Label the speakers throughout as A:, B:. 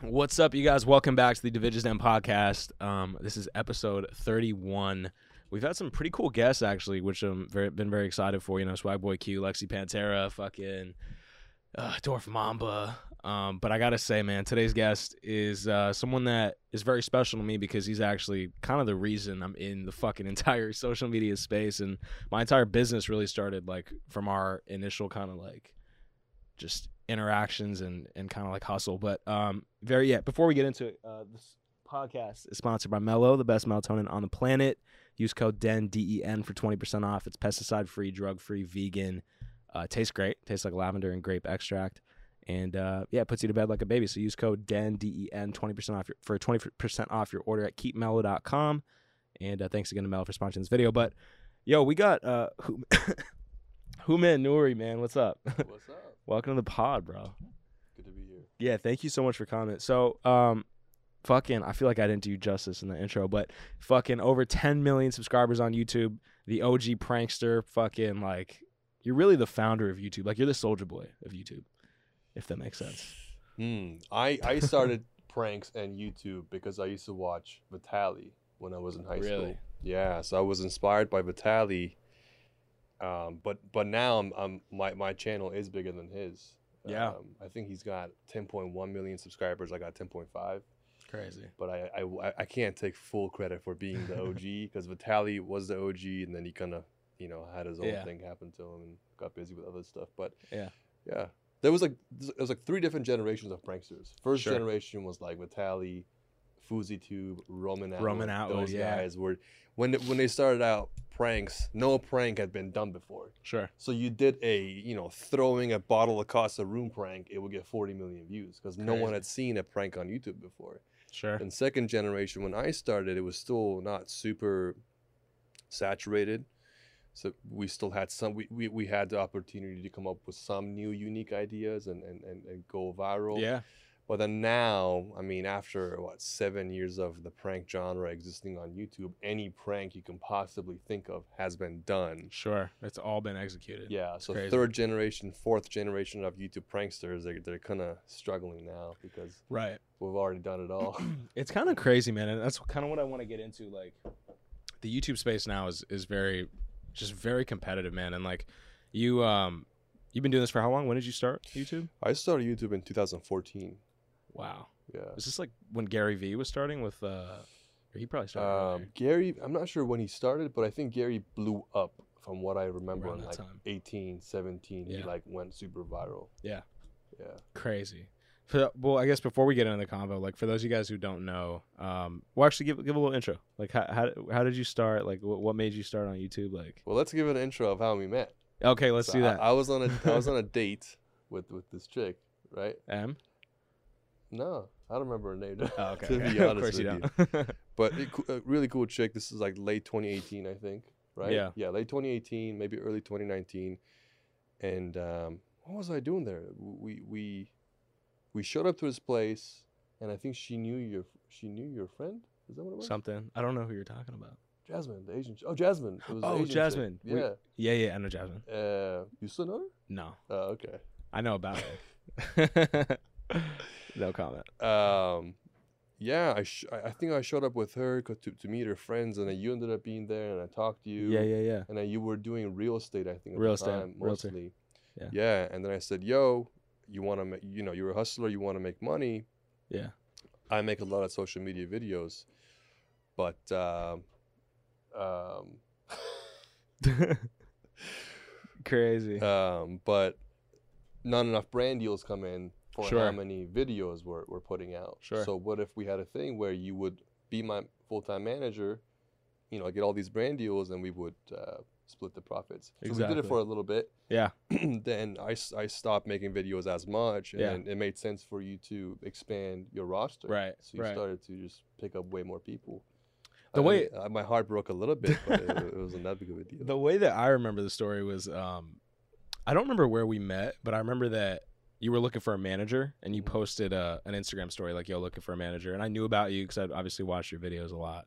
A: What's up, you guys? Welcome back to the Divisions Den podcast. Um, this is episode 31. We've had some pretty cool guests, actually, which I'm very, been very excited for. You know, Swag Boy Q, Lexi Pantera, fucking uh, Dwarf Mamba. Um, but I got to say, man, today's guest is uh, someone that is very special to me because he's actually kind of the reason I'm in the fucking entire social media space. And my entire business really started like from our initial kind of like just interactions and and kind of like hustle. But um, very yeah. Before we get into it, uh, this podcast is sponsored by Mellow, the best melatonin on the planet. Use code DEN D E N for twenty percent off. It's pesticide free, drug free, vegan. Uh, tastes great. Tastes like lavender and grape extract. And uh, yeah, it puts you to bed like a baby. So use code DEN D E N twenty percent off your, for twenty percent off your order at keepmellow.com. And uh, thanks again to Mellow for sponsoring this video. But yo, we got uh, who, who man Nuri man, what's up?
B: What's up?
A: Welcome to the pod, bro.
B: Good to be here.
A: Yeah, thank you so much for coming. So, um, fucking, I feel like I didn't do you justice in the intro, but fucking over 10 million subscribers on YouTube, the OG prankster, fucking like, you're really the founder of YouTube. Like, you're the soldier boy of YouTube, if that makes sense.
B: Hmm. I, I started pranks and YouTube because I used to watch Vitali when I was in high
A: Really?
B: school. Yeah, so I was inspired by Vitali. Um, but but now I'm, I'm my my channel is bigger than his.
A: Yeah.
B: Um, I think he's got 10.1 million subscribers. I got 10.5,
A: Crazy.
B: but I I- I, I can't take full credit for being the OG because Vitali was the OG, and then he kind of you know had his own
A: Yeah.
B: thing happen to him and got busy with other stuff. But
A: Yeah.
B: yeah. There was like there was like three different generations of pranksters. First
A: Sure.
B: generation was like Vitali, Fuzzy Tube, Roman Atwood.
A: Roman Atwood,
B: Those
A: yeah.
B: guys were when they, when they started out pranks. No prank had been done before.
A: Sure.
B: So you did a you know throwing a bottle across a room prank. It would get 40 million views because no one
A: Crazy.
B: had seen a prank on YouTube before.
A: Sure.
B: And second generation, when I started, it was still not super saturated. So we still had some, we, we, we had the opportunity to come up with some new unique ideas and, and, and, and go viral.
A: Yeah.
B: But then now, I mean, after what, seven years of the prank genre existing on YouTube, any prank you can possibly think of has been done.
A: Sure. It's all been executed.
B: Yeah, so
A: crazy.
B: third generation, fourth generation of YouTube pranksters, they're, they're kind of struggling now because
A: Right.
B: we've already done it all.
A: it's kind of crazy, man, and that's kind of what I want to get into. Like, the YouTube space now is is very, just very competitive, man. And like, you um, you've been doing this for how long? When did you start YouTube?
B: I started YouTube in 2014.
A: Wow,
B: Yeah.
A: is this like when Gary Vee was starting with? uh or He probably started.
B: Um,
A: earlier.
B: Gary, I'm not sure when he started, but I think Gary blew up from what I remember
A: Around
B: in
A: that
B: like
A: time.
B: 18, 17. He
A: Yeah.
B: like went super viral.
A: Yeah.
B: Yeah.
A: Crazy. For, well, I guess before we get into the convo, like for those of you guys who don't know, um, well, actually give give a little intro. Like, how how, how did you start? Like, what, what made you start on YouTube? Like,
B: Well, let's give an intro of how we met.
A: okay, let's
B: So
A: do
B: I-
A: that.
B: I, was on a I was on a date with with this chick, right?
A: M.
B: No, I don't remember her name.
A: Oh, okay.
B: to be
A: of
B: honest
A: course
B: with
A: you
B: you,
A: don't.
B: but it, coo- a really cool chick. This is like late 2018, I think, right?
A: Yeah.
B: Yeah, late 2018, maybe early 2019. And um, what was I doing there? We we we showed up to this place, and I think she knew your she knew your friend. Is that what it was?
A: Something. I don't know who you're talking about.
B: Jasmine, the Asian. ch- Oh, Jasmine. It was the
A: Oh,
B: Asian chick.
A: Jasmine. We-
B: Yeah.
A: Yeah, yeah, I know Jasmine.
B: Uh, you still know her?
A: No,
B: Oh, okay.
A: I know about it. no comment.
B: um yeah i sh- i I think i showed up with her 'cause to, to meet her friends and then you ended up being there and i talked to you
A: Yeah, yeah, yeah.
B: and then you were doing real estate i think at
A: Real
B: the
A: estate,
B: time,
A: real estate.
B: mostly
A: Yeah.
B: and then i said yo you want to make you know you're a hustler you want to make money
A: Yeah.
B: i make a lot of social media videos but um um
A: Crazy.
B: um but not enough brand deals come in for how
A: Sure.
B: many videos we're, we're putting out
A: Sure.
B: so what if we had a thing where you would be my full-time manager you know get all these brand deals and we would uh, split the profits so we did
A: Exactly.
B: it for a little bit
A: Yeah.
B: then I, s- I stopped making videos as much and
A: Yeah.
B: then it made sense for you to expand your roster
A: Right,
B: so you
A: right.
B: started to just pick up way more people
A: The
B: I- I
A: way-
B: mean, uh, my heart broke a little bit but it, it wasn't that big of a deal
A: the way that I remember the story was, um, I don't remember where we met, but I remember that you were looking for a manager and you
B: Mhm.
A: posted uh, an Instagram story like, "Yo, looking for a manager," and I knew about you because I'd obviously watched your videos a lot.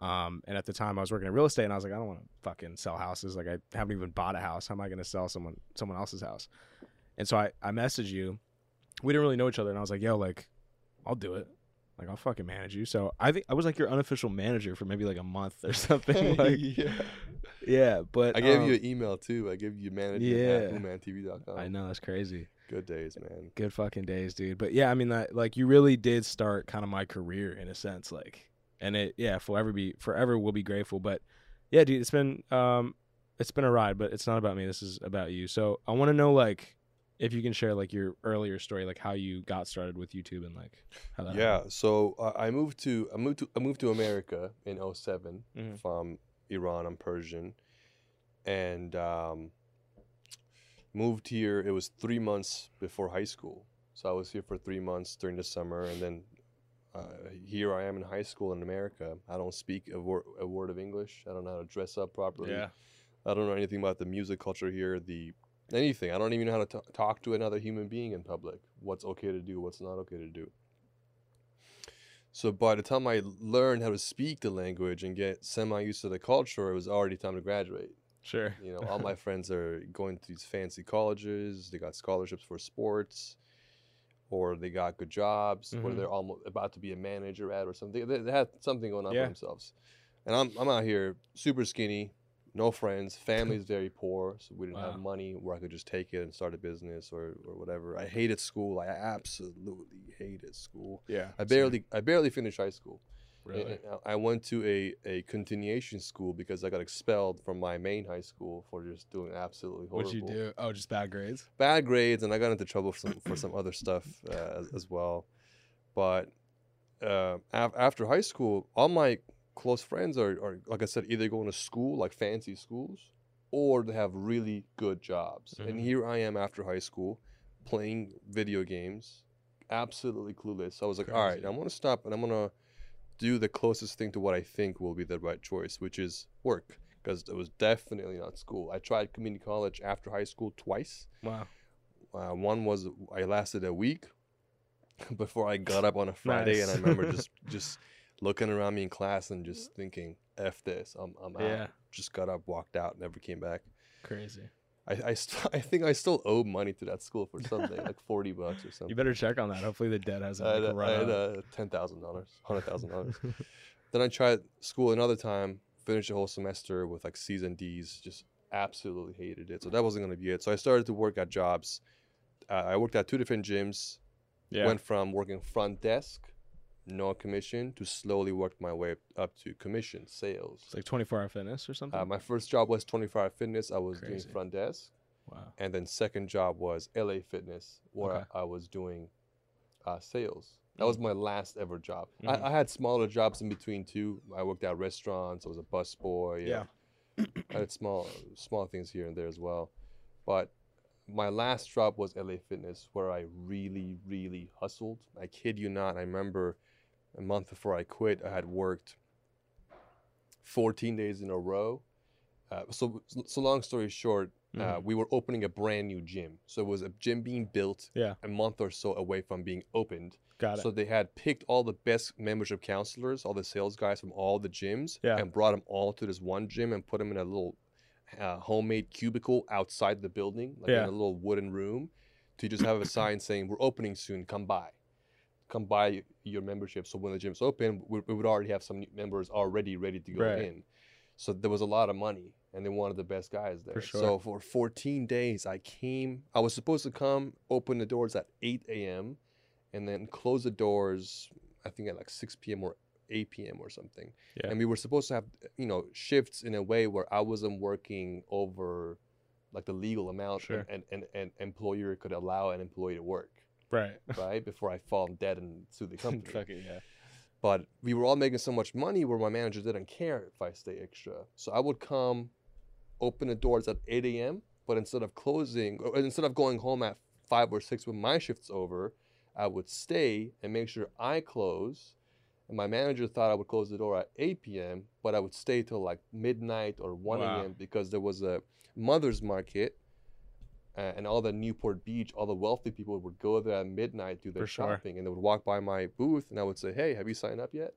A: Um, and at the time, I was working in real estate, and I was like, I don't want to fucking sell houses. Like, I haven't even bought a house. How am I going to sell someone someone else's house? And so I I messaged you. We didn't really know each other, and I was like, Yo, like, I'll do it. Like I'll fucking manage you. So I think I was like your unofficial manager for maybe like a month or something. Like,
B: yeah.
A: yeah, but
B: I gave
A: um,
B: you an email too. I gave you manager
A: yeah.
B: at boomantv.com.
A: I know that's crazy.
B: Good days, man.
A: Good fucking days, dude. But yeah, I mean that like you really did start kind of my career in a sense, like and it yeah, forever be forever will be grateful. But yeah, dude, it's been um it's been a ride, but it's not about me. This is about you. So I wanna know like if you can share like your earlier story, like how you got started with YouTube and like how that
B: Yeah. So uh, I moved to I moved to I moved to America in 7
A: Mhm.
B: from Iran. I'm Persian, and um, moved here. It was three months before high school, so I was here for three months during the summer, and then uh, here I am in high school in America. I don't speak a, wor- a word of English. I don't know how to dress up properly.
A: Yeah.
B: I don't know anything about the music culture here, the anything. I don't even know how to t- talk to another human being in public. What's okay to do, what's not okay to do. So by the time I learned how to speak the language and get semi used to the culture, it was already time to graduate.
A: Sure.
B: You know, all my friends are going to these fancy colleges. They got scholarships for sports, or they got good jobs, or
A: Mhm.
B: they're almost about to be a manager at or something. They, they had something going on
A: Yeah.
B: for themselves. And I'm I'm out here super skinny, no friends. Family's very poor, so we didn't
A: Wow.
B: have money where I could just take it and start a business or or whatever. I hated school. I absolutely hated school.
A: Yeah.
B: I barely I barely finished high school.
A: really
B: And- and I I went to a, a continuation school because I got expelled from my main high school for just doing absolutely horrible.
A: What'd you do? Oh, just bad grades?
B: Bad grades, and I got into trouble for some, for some other stuff uh, as, as well. But uh, af- after high school, all my close friends are, are, like I said, either going to school, like fancy schools, or they have really good jobs. And
A: Mhm.
B: here I am after high school playing video games, absolutely clueless. So I was like, all right,
A: Crazy.
B: I'm going to stop and I'm going to do the closest thing to what I think will be the right choice, which is work. Because it was definitely not school. I tried community college after high school twice.
A: Wow.
B: Uh, one was I lasted a week before I got up on a Friday, and I remember
A: Nice.
B: just just looking around me in class and just thinking, "F this, I'm I'm out."
A: Yeah.
B: Just got up, walked out, never came back.
A: Crazy.
B: I I, st- I think I still owe money to that school for something like forty bucks or
A: You
B: something.
A: better check on that. Hopefully the debt hasn't
B: I had,
A: like,
B: uh, I
A: run
B: had
A: up.
B: uh, ten thousand dollars, hundred thousand dollars. then I tried school another time, finished the whole semester with like C's and D's, just absolutely hated it. So that wasn't going to be it. So I started to work at jobs. Uh, I worked at two different gyms.
A: yeah.
B: Went from working front desk, no commission, to slowly worked my way up to commission sales.
A: It's like 24 hour fitness or something.
B: Uh, my first job was 24 Hour Fitness. I was
A: Crazy.
B: doing front desk.
A: wow.
B: And then second job was LA Fitness, where
A: Okay. Hmm.
B: I, I was doing uh, sales. That was my last ever job.
A: Mhm.
B: I, I had smaller jobs in between too. I worked at restaurants. I was a busboy.
A: Yeah.
B: I had small small things here and there as well. But my last job was LA Fitness, where I really, really hustled. I kid you not. I remember a month before I quit, I had worked 14 days in a row. Uh, so, so long story short,
A: Mm-hmm.
B: uh, we were opening a brand new gym. So it was a gym being built
A: Yeah.
B: a month or so away from being opened.
A: Got it.
B: So they had picked all the best membership counselors, all the sales guys from all the gyms,
A: Yeah.
B: and brought them all to this one gym and put them in a little uh, homemade cubicle outside the building, like
A: Yeah.
B: in a little wooden room, to just have a sign saying, "We're opening soon. Come by." Come buy your membership. So when the gym's open, we, we would already have some new members already ready to go
A: Right.
B: in. So there was a lot of money, and they wanted the best guys there.
A: sure.
B: So for 14 days, I came. I was supposed to come, open the doors at 8 a.m., and then close the doors. I think at like 6 p.m. or 8 p.m. or something.
A: Yeah.
B: And we were supposed to have, you know, shifts in a way where I wasn't working over like the legal amount
A: Sure.
B: and, and, and, employer could allow an employee to work,
A: right.
B: right? Before I fall dead and sue the company
A: Fuck it, yeah.
B: but we were all making so much money where my manager didn't care if I stay extra. So I would come, open the doors at 8 a.m., but instead of closing, or instead of going home at 5 or 6 when my shift's over, I would stay and make sure I close. And my manager thought I would close the door at 8 p.m., but I would stay till like midnight or 1
A: Wow.
B: a.m. because there was a mother's market. Uh, and all the Newport Beach, all the wealthy people would go there at midnight, do their
A: For sure.
B: shopping, and they would walk by my booth, and I would say, "Hey, have you signed up yet?"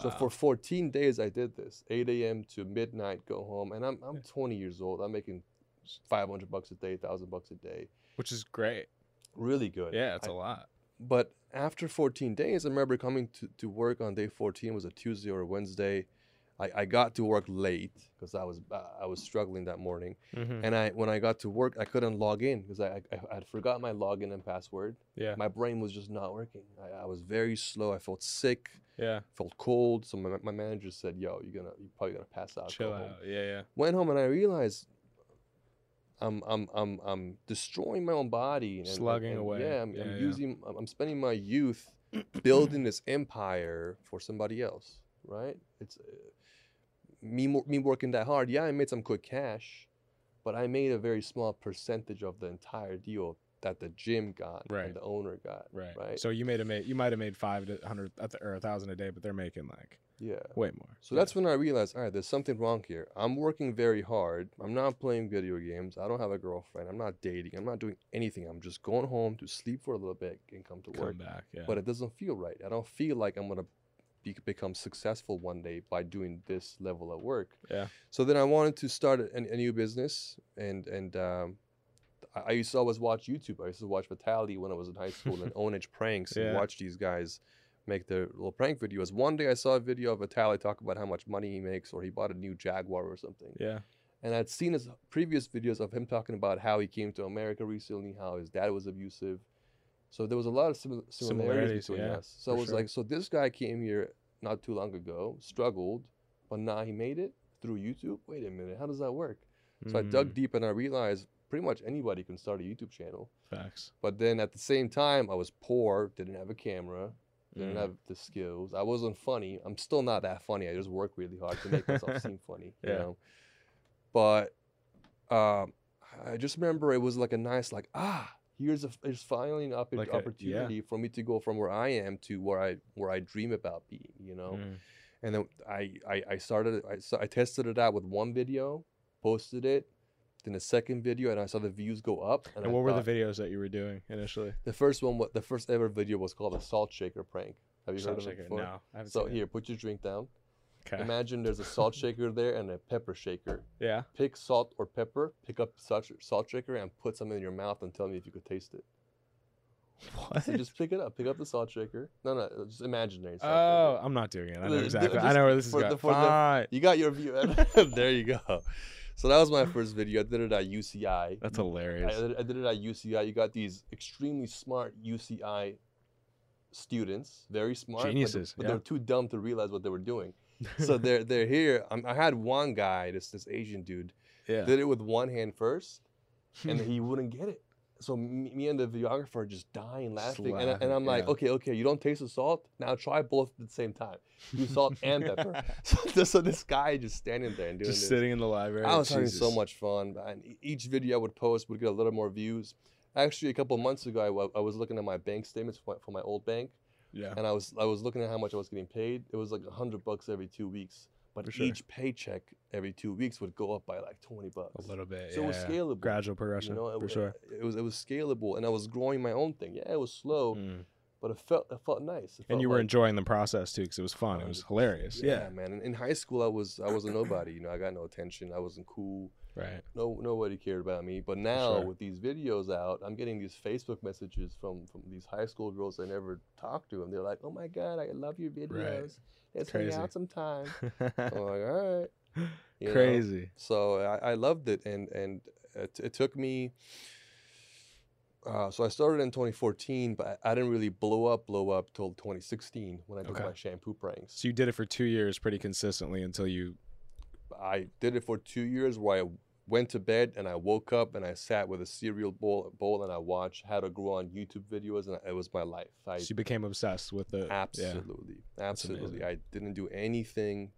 B: So
A: Wow.
B: for 14 days, I did this, 8 a.m. to midnight, go home, and I'm I'm 20 years old. I'm making 500 bucks a day, thousand bucks a day,
A: Which is great.
B: really good.
A: Yeah, it's
B: I-
A: a lot.
B: But after 14 days, I remember coming to, to work on day 14 it was a Tuesday or a Wednesday. I, I got to work late because I was uh, I was struggling that morning.
A: Mm-hmm.
B: And I when I got to work, I couldn't log in because I, I I had forgot my login and password.
A: Yeah.
B: My brain was just not working. I, I was very slow. I felt sick,
A: Yeah.
B: felt cold. So my, my manager said, "Yo, you're gonna you're probably gonna pass out." go
A: Chill
B: home."
A: out. Yeah. Yeah.
B: Went home and I realized I'm I'm I'm I'm destroying my own body. and- and-
A: Slugging
B: and
A: away.
B: Yeah, I'm, I'm
A: Yeah, yeah.
B: using I'm- I'm spending my youth building this empire for somebody else, right? It's uh, me mo- me working that hard. Yeah, I made some quick cash, but I made a very small percentage of the entire deal that the gym got
A: Right.
B: and the owner got.
A: Right.
B: Right.
A: So you made a made you might have made five to hundred a th- or a thousand a day, but they're making like
B: Yeah.
A: way more.
B: So that's when I realized, all right, there's something wrong here. I'm working very hard. I'm not playing video games. I don't have a girlfriend. I'm not dating. I'm not doing anything. I'm just going home to sleep for a little bit and come to
A: come
B: work.
A: back. Yeah.
B: But it doesn't feel right. I don't feel like I'm gonna be, become successful one day by doing this level of work.
A: Yeah.
B: So then I wanted to start a, a new business, and and um, I, I used to always watch YouTube. I used to watch Vitality when I was in high school and Ownage pranks and
A: Yeah.
B: watch these guys make their little prank videos. One day I saw a video of Vitaly talk about how much money he makes, or he bought a new Jaguar or something.
A: yeah.
B: And I'd seen his previous videos of him talking about how he came to America recently, how his dad was abusive. So there was a lot of simi-
A: Similarities,
B: similarities between
A: yeah,
B: us. So
A: for
B: I was
A: sure.
B: like, so this guy came here not too long ago, struggled, but now he made it through YouTube. Wait a minute, how does that work? So I dug
A: Mm,
B: deep and I realized pretty much anybody can start a YouTube channel.
A: Mm-hmm. Facts.
B: But then at the same time, I was poor, didn't have a camera, didn't
A: Mm.
B: have the skills. I wasn't funny. I'm still not that funny. I just work really hard to make myself seem funny.
A: Yeah.
B: You know? But um, I just remember it was like a nice like ah here's a there's finally an oppo-
A: Like a- yeah.
B: opportunity for me to go from where I am to where I where I dream about being. You know.
A: Mm.
B: And then I I, I started it- I, s- I tested it out with one video, posted it. Then the second video, and I saw the views go up.
A: And,
B: I
A: what were
B: thought-
A: the videos that you were doing initially?
B: the first one, wa- the first ever video was called the salt shaker prank. Have you
A: Salt
B: heard of
A: shaker.
B: it before?
A: No, I haven't
B: So
A: seen it.
B: here, put your drink down.
A: Okay.
B: Imagine there's a salt shaker there and a pepper shaker.
A: yeah.
B: Pick salt or pepper. Pick up salt, sh- salt shaker and put some in your mouth and tell me if you could taste it.
A: What?
B: So just pick it up. Pick up the salt shaker. No, no, just imaginary. Salt
A: oh,
B: shaker.
A: I'm not doing it. I
B: The-
A: know
B: the-
A: exactly. I
B: just
A: know where this is
B: for
A: going.
B: the- for the-
A: Fine.
B: you got your view. there you go. So that was my first video. I did it at UCI.
A: That's
B: I
A: hilarious.
B: did, I did it at UCI. You got these extremely smart UCI students, very smart, but the-
A: Geniuses,
B: but,
A: yeah.
B: they were too dumb to realize what they were doing. so they're they're here. Um, i I had one guy, this this Asian dude,
A: yeah.
B: did it with one hand first, and he wouldn't get it. So me, me and the videographer are just dying
A: Just
B: laughing, and, I, and I'm
A: laughing,
B: like,
A: yeah.
B: okay, okay, you don't taste the salt. Now try both at the same time. Do salt and pepper. So, this- so this guy just standing there and doing
A: Just
B: this.
A: sitting in the library.
B: I was having so
A: Jesus.
B: much fun, and e- each video I would post would get a little more views. Actually, a couple months ago, I wa- I was looking at my bank statements for for my old bank,
A: Yeah.
B: and I was I was looking at how much I was getting paid. It was like hundred bucks every two weeks,
A: For
B: but
A: sure.
B: each paycheck every two weeks would go up by like twenty bucks.
A: A little bit.
B: So it was
A: yeah.
B: scalable,
A: Gradual progression.
B: you know, it,
A: for
B: wa-
A: sure.
B: It was it was scalable, and I was growing my own thing. Yeah, it was slow,
A: Mm.
B: but it felt it felt nice. It
A: And
B: felt
A: you were
B: like-
A: enjoying the process too, because it was fun. It was hilarious.
B: yeah,
A: Yeah.
B: man. In- In high school, I was I was a nobody. You know, I got no attention. I wasn't cool.
A: Right.
B: no nobody cared about me. But now
A: sure.
B: with these videos out, I'm getting these Facebook messages from from these high school girls I never talked to, and they're like, "Oh my god, I love your videos. Let's
A: Crazy.
B: hang out sometime." I'm like, "All right." you know?
A: Crazy.
B: So I, I loved it, and and it, it took me. Uh, so I started in 2014, but I I didn't really blow up, blow up till 2016 when I did
A: Okay.
B: my shampoo pranks.
A: So you did it for two years pretty consistently until you.
B: I did it for two years where I went to bed and I woke up and I sat with a cereal bowl, bowl and I watched how to grow on YouTube videos and it was my life. I
A: so you became obsessed with the. Yeah.
B: absolutely, absolutely.
A: amazing.
B: I didn't do anything.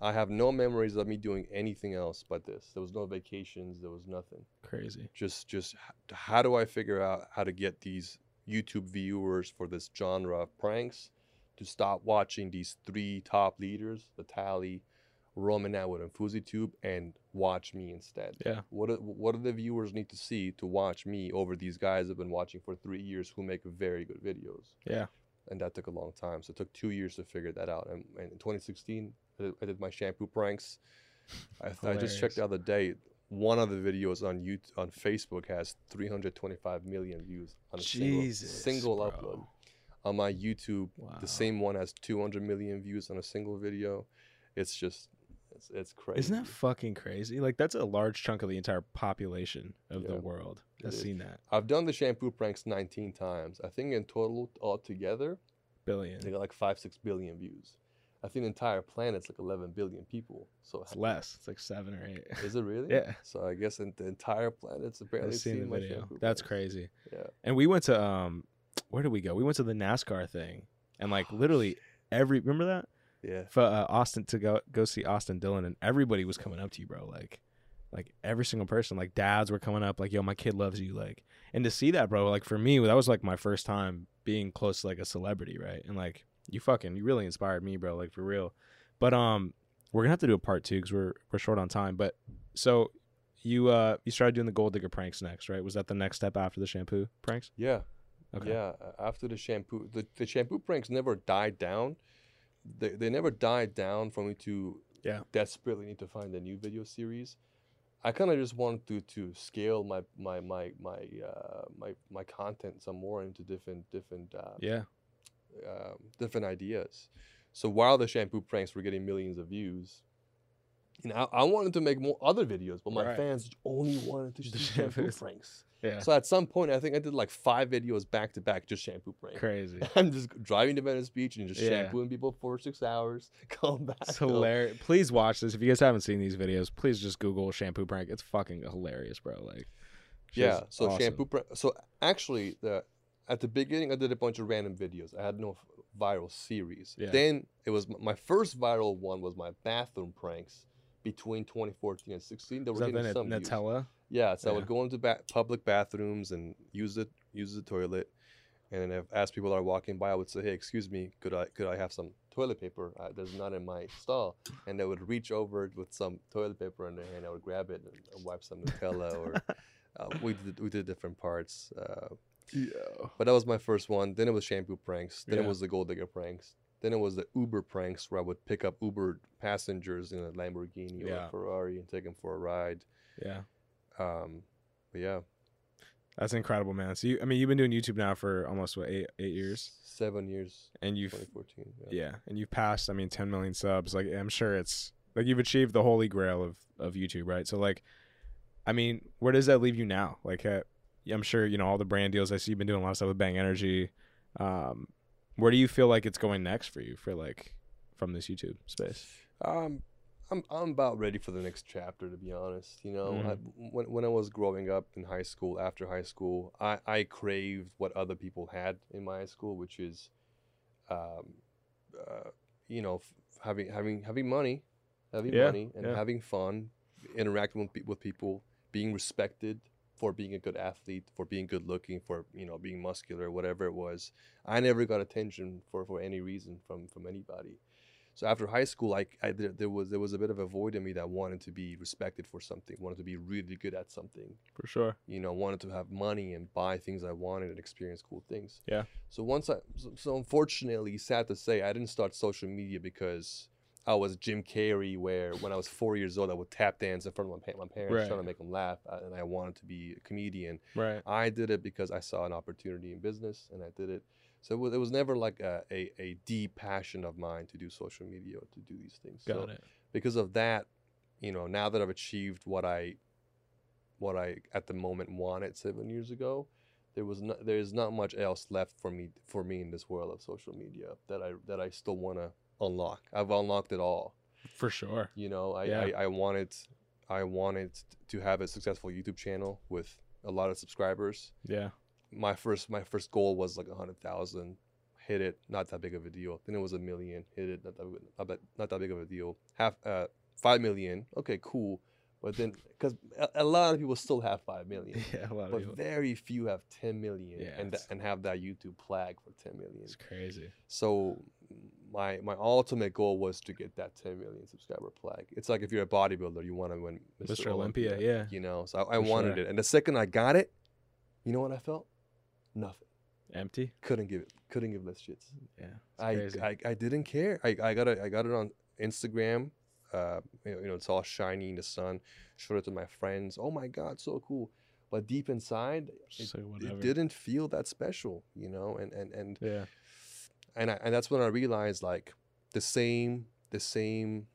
B: I have no memories of me doing anything else but this. There was no vacations. There was nothing.
A: Crazy.
B: Just, just h- how do I figure out how to get these YouTube viewers for this genre of pranks to stop watching these three top leaders, Vitaly, Roman Atwood, and FuziTube, and watch me instead?
A: Yeah.
B: What do, what do the viewers need to see to watch me over these guys I've been watching for three years who make very good videos?
A: Yeah.
B: And that took a long time. So it took two years to figure that out. And, and in 2016, I did, I did my shampoo pranks. I, I just
A: Hilarious.
B: checked the other day. one of the videos on you on Facebook has 325 million views on a
A: Jesus,
B: single, single
A: bro. Uh-huh.
B: upload. On my YouTube, the same one has 200 million views on a single video. It's just it's, it's crazy.
A: Isn't that fucking crazy? Like that's a large chunk of the entire population of the
B: Yeah,
A: world.
B: it
A: I've
B: is.
A: seen that
B: I've done the shampoo pranks 19 times. I think in total altogether, they
A: billion.
B: got like 5 6 billion views. I think the entire planet's like 11 billion people. So
A: It's less. It's like seven or eight.
B: is it really?
A: Yeah.
B: So I guess in the entire planet's
A: I've
B: apparently
A: seen the
B: seen my
A: video.
B: shampoo
A: That's
B: pranks.
A: crazy.
B: Yeah.
A: And we went to um, where did we go? We went to the NASCAR thing, and like
B: Oh,
A: literally every remember that
B: Yeah.
A: for uh, Austin to go go see Austin Dillon, and everybody was coming up to you, bro. Like, like every single person, like dads were coming up, like, "Yo, my kid loves you." Like, and to see that, bro, like for me, that was like my first time being close to like a celebrity, right? And like, you fucking, you really inspired me, bro. Like for real. But um, we're gonna have to do a part two because we're we're short on time. But so you uh you started doing the gold digger pranks next, right? Was that the next step after the shampoo pranks?
B: Yeah. Yeah, a- after the shampoo, the, the shampoo pranks never died down. They, they never died down for me to
A: Yeah.
B: desperately need to find a new video series. I kind of just wanted to, to scale my my my my uh, my my content some more into different different uh,
A: Yeah.
B: um, different ideas. So while the shampoo pranks were getting millions of views, you know, I, I wanted to make more other videos, but my
A: Right.
B: fans only wanted to
A: The
B: see shampoo
A: shampoos.
B: pranks.
A: Yeah.
B: So at some point, I think I did like five videos back to back just shampoo pranks.
A: Crazy.
B: I'm just driving to Venice Beach and just
A: Yeah.
B: shampooing people for six hours. Come back.
A: It's
B: home.
A: hilarious. Please watch this. If you guys haven't seen these videos, please just Google shampoo prank. It's fucking hilarious, bro. Like, shit's
B: Yeah. So
A: awesome.
B: shampoo. Pra- so actually, the at the beginning, I did a bunch of random videos. I had no f- viral series.
A: Yeah.
B: Then it was m- my first viral one was my bathroom pranks between 2014 and 16. They
A: Is
B: were
A: that
B: getting
A: the Nat-
B: some views.
A: Nutella?
B: Yeah, so I
A: Yeah.
B: would go into ba- public bathrooms and use the use the toilet, and if as people are walking by, I would say, "Hey, excuse me, could I could I have some toilet paper? Uh, there's none in my stall." And they would reach over with some toilet paper in their hand. I would grab it and wipe some Nutella, or uh, we did we did different parts. Uh,
A: Yeah.
B: but that was my first one. Then it was shampoo pranks. Then
A: Yeah.
B: it was the gold digger pranks. Then it was the Uber pranks where I would pick up Uber passengers in a Lamborghini or
A: Yeah.
B: a Ferrari and take them for a ride.
A: Yeah.
B: Um, but yeah.
A: That's incredible, man. So you, I mean, you've been doing YouTube now for almost what eight eight years,
B: Seven years.
A: and you've
B: 2014. Yeah.
A: yeah, and you've passed. I mean, ten million subs. Like, I'm sure it's like you've achieved the holy grail of of YouTube, right? So like, I mean, where does that leave you now? Like, uh, I'm sure you know all the brand deals. I see you've been doing a lot of stuff with Bang Energy. Um, where do you feel like it's going next for you for like from this YouTube space?
B: Um, I'm I'm about ready for the next chapter to be honest. You know, I, when when I was growing up in high school, after high school, I I craved what other people had in my high school, which is, um, uh, you know, f- having having having money, having
A: Yeah,
B: money, and
A: yeah.
B: having fun, interacting with pe- with people, being respected for being a good athlete, for being good looking, for you know being muscular, whatever it was. I never got attention for, for any reason from from anybody. So after high school, I, I there, there was there was a bit of a void in me that wanted to be respected for something, wanted to be really good at something.
A: For sure.
B: You know, wanted to have money and buy things I wanted and experience cool things.
A: Yeah.
B: So once I so, so unfortunately, sad to say, I didn't start social media because I was Jim Carrey, where when I was four years old, I would tap dance in front of my, pa- my parents,
A: Right.
B: trying to make them laugh, uh, and I wanted to be a comedian.
A: Right.
B: I did it because I saw an opportunity in business and I did it. So it was, it was never like a, a, a deep passion of mine to do social media or to do these things. so
A: Got it.
B: because of that, you know, now that I've achieved what I what I at the moment wanted seven years ago, there was not there is not much else left for me for me in this world of social media that I that I still want to unlock. I've unlocked it all.
A: For sure.
B: You know, I,
A: Yeah.
B: I, I wanted I wanted to have a successful YouTube channel with a lot of subscribers
A: Yeah.
B: my first my first goal was like a hundred thousand. Hit it, not that big of a deal. Then it was a million. Hit it, not that big- not that, not that big of a deal. Half uh five million. Okay, cool. But then because a, a lot of people still have five million,
A: Yeah. A lot of people.
B: but very few have ten million
A: Yeah,
B: and
A: it's-
B: tha- and have that YouTube flag for ten million.
A: It's crazy.
B: So my my ultimate goal was to get that 10 million subscriber plaque. It's like if you're a bodybuilder, you want to win
A: Mr. Olympia, yeah.
B: You know, so I, I
A: For
B: wanted
A: sure.
B: it, and the second I got it, you know what I felt? Nothing.
A: Empty.
B: Couldn't give it. Couldn't give less shits.
A: Yeah. It's
B: I,
A: crazy.
B: I I didn't care. I, I got it. I got it on Instagram. uh, you, know, you know, it's all shiny in the sun. Showed it to my friends. Oh my god, so cool! But deep inside, it,
A: So whatever.
B: it didn't feel that special, you know. And and and
A: Yeah.
B: and I, and that's when I realized like the same the same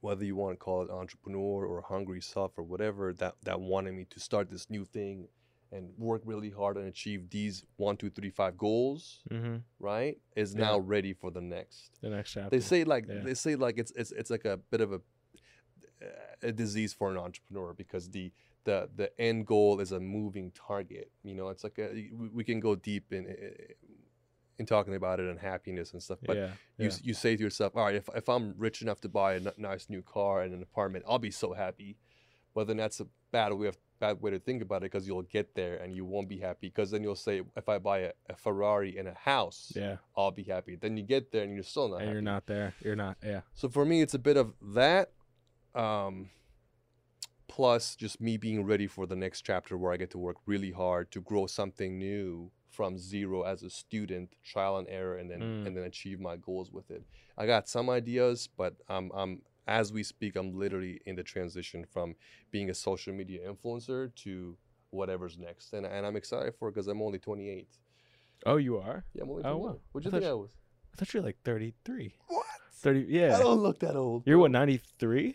B: whether you want to call it entrepreneur or hungry self or whatever that that wanted me to start this new thing and work really hard and achieve these one two three five goals
A: Mm-hmm.
B: right is
A: Yeah.
B: now ready for the next
A: The next chapter.
B: they say like
A: Yeah.
B: they say like it's it's it's like a bit of a uh, a disease for an entrepreneur because the the the end goal is a moving target you know it's like a we we can go deep in in talking about it and happiness and stuff but
A: yeah.
B: you,
A: yeah.
B: s- you say to yourself, all right, if, if I'm rich enough to buy a n- nice new car and an apartment, I'll be so happy. But then that's a bad way of bad way to think about it because you'll get there and you won't be happy because then you'll say, if I buy a, a Ferrari and a house,
A: yeah.
B: I'll be happy. Then you get there and you're still not.
A: And
B: happy.
A: you're not there. You're not. Yeah.
B: So for me, it's a bit of that, um, plus just me being ready for the next chapter where I get to work really hard to grow something new from zero as a student, trial and error, and then
A: Mm.
B: and then achieve my goals with it. I got some ideas, but I'm I'm as we speak, I'm literally in the transition from being a social media influencer to whatever's next, and and I'm excited for it because I'm only 28.
A: Oh, you are?
B: Yeah, I'm only 28.
A: Oh, wow.
B: What'd you
A: I thought
B: think I
A: you-
B: was?
A: I thought you were like 33.
B: What?
A: 30.
B: I
A: Yeah.
B: don't look that old.
A: You're
B: bro.
A: what, 93?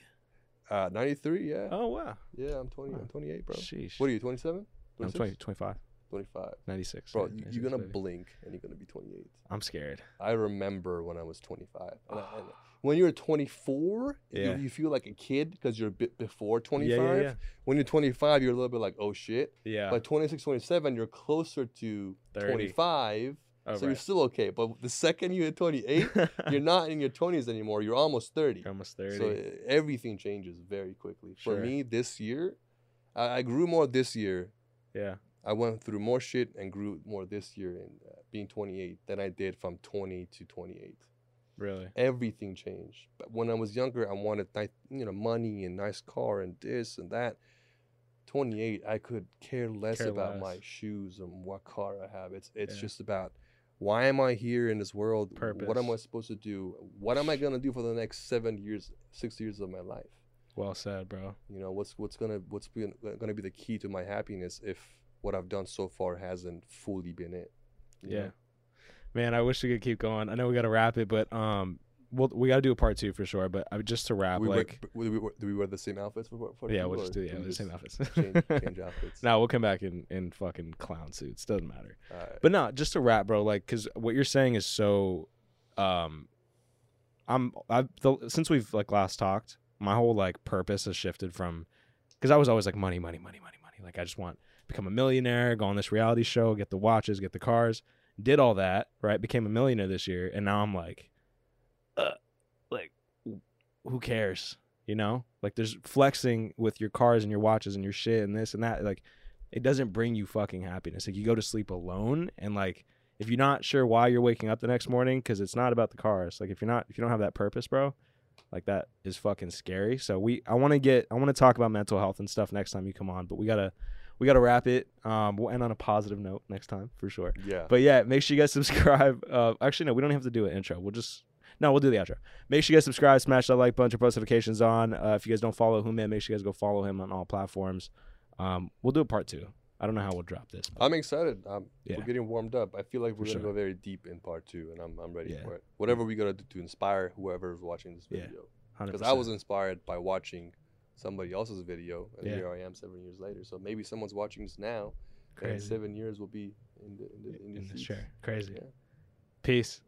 B: Uh, 93. Yeah.
A: Oh, wow.
B: Yeah, I'm 20.
A: Wow.
B: I'm 28, bro.
A: Sheesh.
B: What are you, 27?
A: I'm 20, 25,
B: 25.
A: 96.
B: Bro,
A: yeah,
B: you,
A: 96,
B: you're going to
A: baby.
B: blink and you're going to be 28.
A: I'm scared.
B: I remember when I was 25. And I- and when you're 24,
A: Yeah.
B: you, you feel like a kid because you're a bit before 25.
A: Yeah, yeah, yeah.
B: When you're 25, you're a little bit like, oh shit.
A: Yeah.
B: By 26, 27, you're closer to
A: 30.
B: 25.
A: Oh,
B: so you're still okay. But the second you hit 28,
A: right.
B: you're not in your 20s anymore. You're almost 30.
A: You're almost 30.
B: So uh, everything changes very quickly.
A: Sure.
B: For me, this year, I, I grew more this year.
A: yeah.
B: I went through more shit and grew more this year in uh, being 28 than I did from 20 to 28.
A: Really.
B: Everything changed. But when I was younger, I wanted nice, you know, money and nice car and this and that. 28, I could care less
A: Care
B: about my
A: less.
B: shoes and what car I have. It's it's
A: Yeah.
B: just about why am I here in this world? What am I
A: Purpose.
B: supposed to do? What am I gonna do for the next seven years, six years of my life?
A: Well said, bro.
B: you know what's what's gonna what's been, gonna be the key to my happiness if what i've done so far hasn't fully been it you
A: Yeah.
B: know?
A: Man, I wish we could keep going. I know we got to wrap it, but um, we'll, we got to do a part two for sure. But I, just to wrap,
B: we wear,
A: like,
B: b- we, we, wear- do we wear the same outfits for, for
A: yeah,
B: two,
A: we'll
B: or
A: just do yeah,
B: we
A: the same outfits.
B: change, change outfits
A: No, we'll come back in in fucking clown suits. Doesn't matter.
B: Alright.
A: But no, just to wrap, bro. Like, cause what you're saying is so. Um, I'm I've the, since we've like last talked, my whole like purpose has shifted from, cause I was always like money, money, money, money, money. Like I just want become a millionaire, go on this reality show, get the watches, get the cars, did all that, right? Became a millionaire this year, and now I'm like, uh, like wh- who cares? You know, like there's flexing with your cars and your watches and your shit and this and that. Like it doesn't bring you fucking happiness. Like you go to sleep alone and like if you're not sure why you're waking up the next morning cuz it's not about the cars. Like if you're not if you don't have that purpose, bro, like that is fucking scary. So we I want to get I want to talk about mental health and stuff next time you come on, but we got to we got to wrap it. Um we'll end on a positive note next time for sure.
B: yeah
A: But yeah, make sure you guys subscribe. Uh, actually, no, we don't have to do an intro. We'll just no, we'll do the outro. Make sure you guys subscribe, smash that like button, turn post notifications on. Uh, if you guys don't follow Human, make sure you guys go follow him on all platforms. Um, we'll do a part two. I don't know how we'll drop this. but-
B: i'm excited I'm,
A: Yeah.
B: we're getting warmed up i feel like we're
A: For
B: gonna
A: sure.
B: go very deep in part two and i'm, I'm ready
A: Yeah.
B: for it whatever we gotta do to inspire whoever's watching this
A: Yeah.
B: video
A: 100%.
B: because i was inspired by watching somebody else's video and
A: Yeah.
B: here i am seven years later so maybe someone's watching this now and in
A: crazy
B: seven years will be in the in the, in the
A: in this
B: seats.
A: chair. Crazy.
B: Yeah.
A: Peace.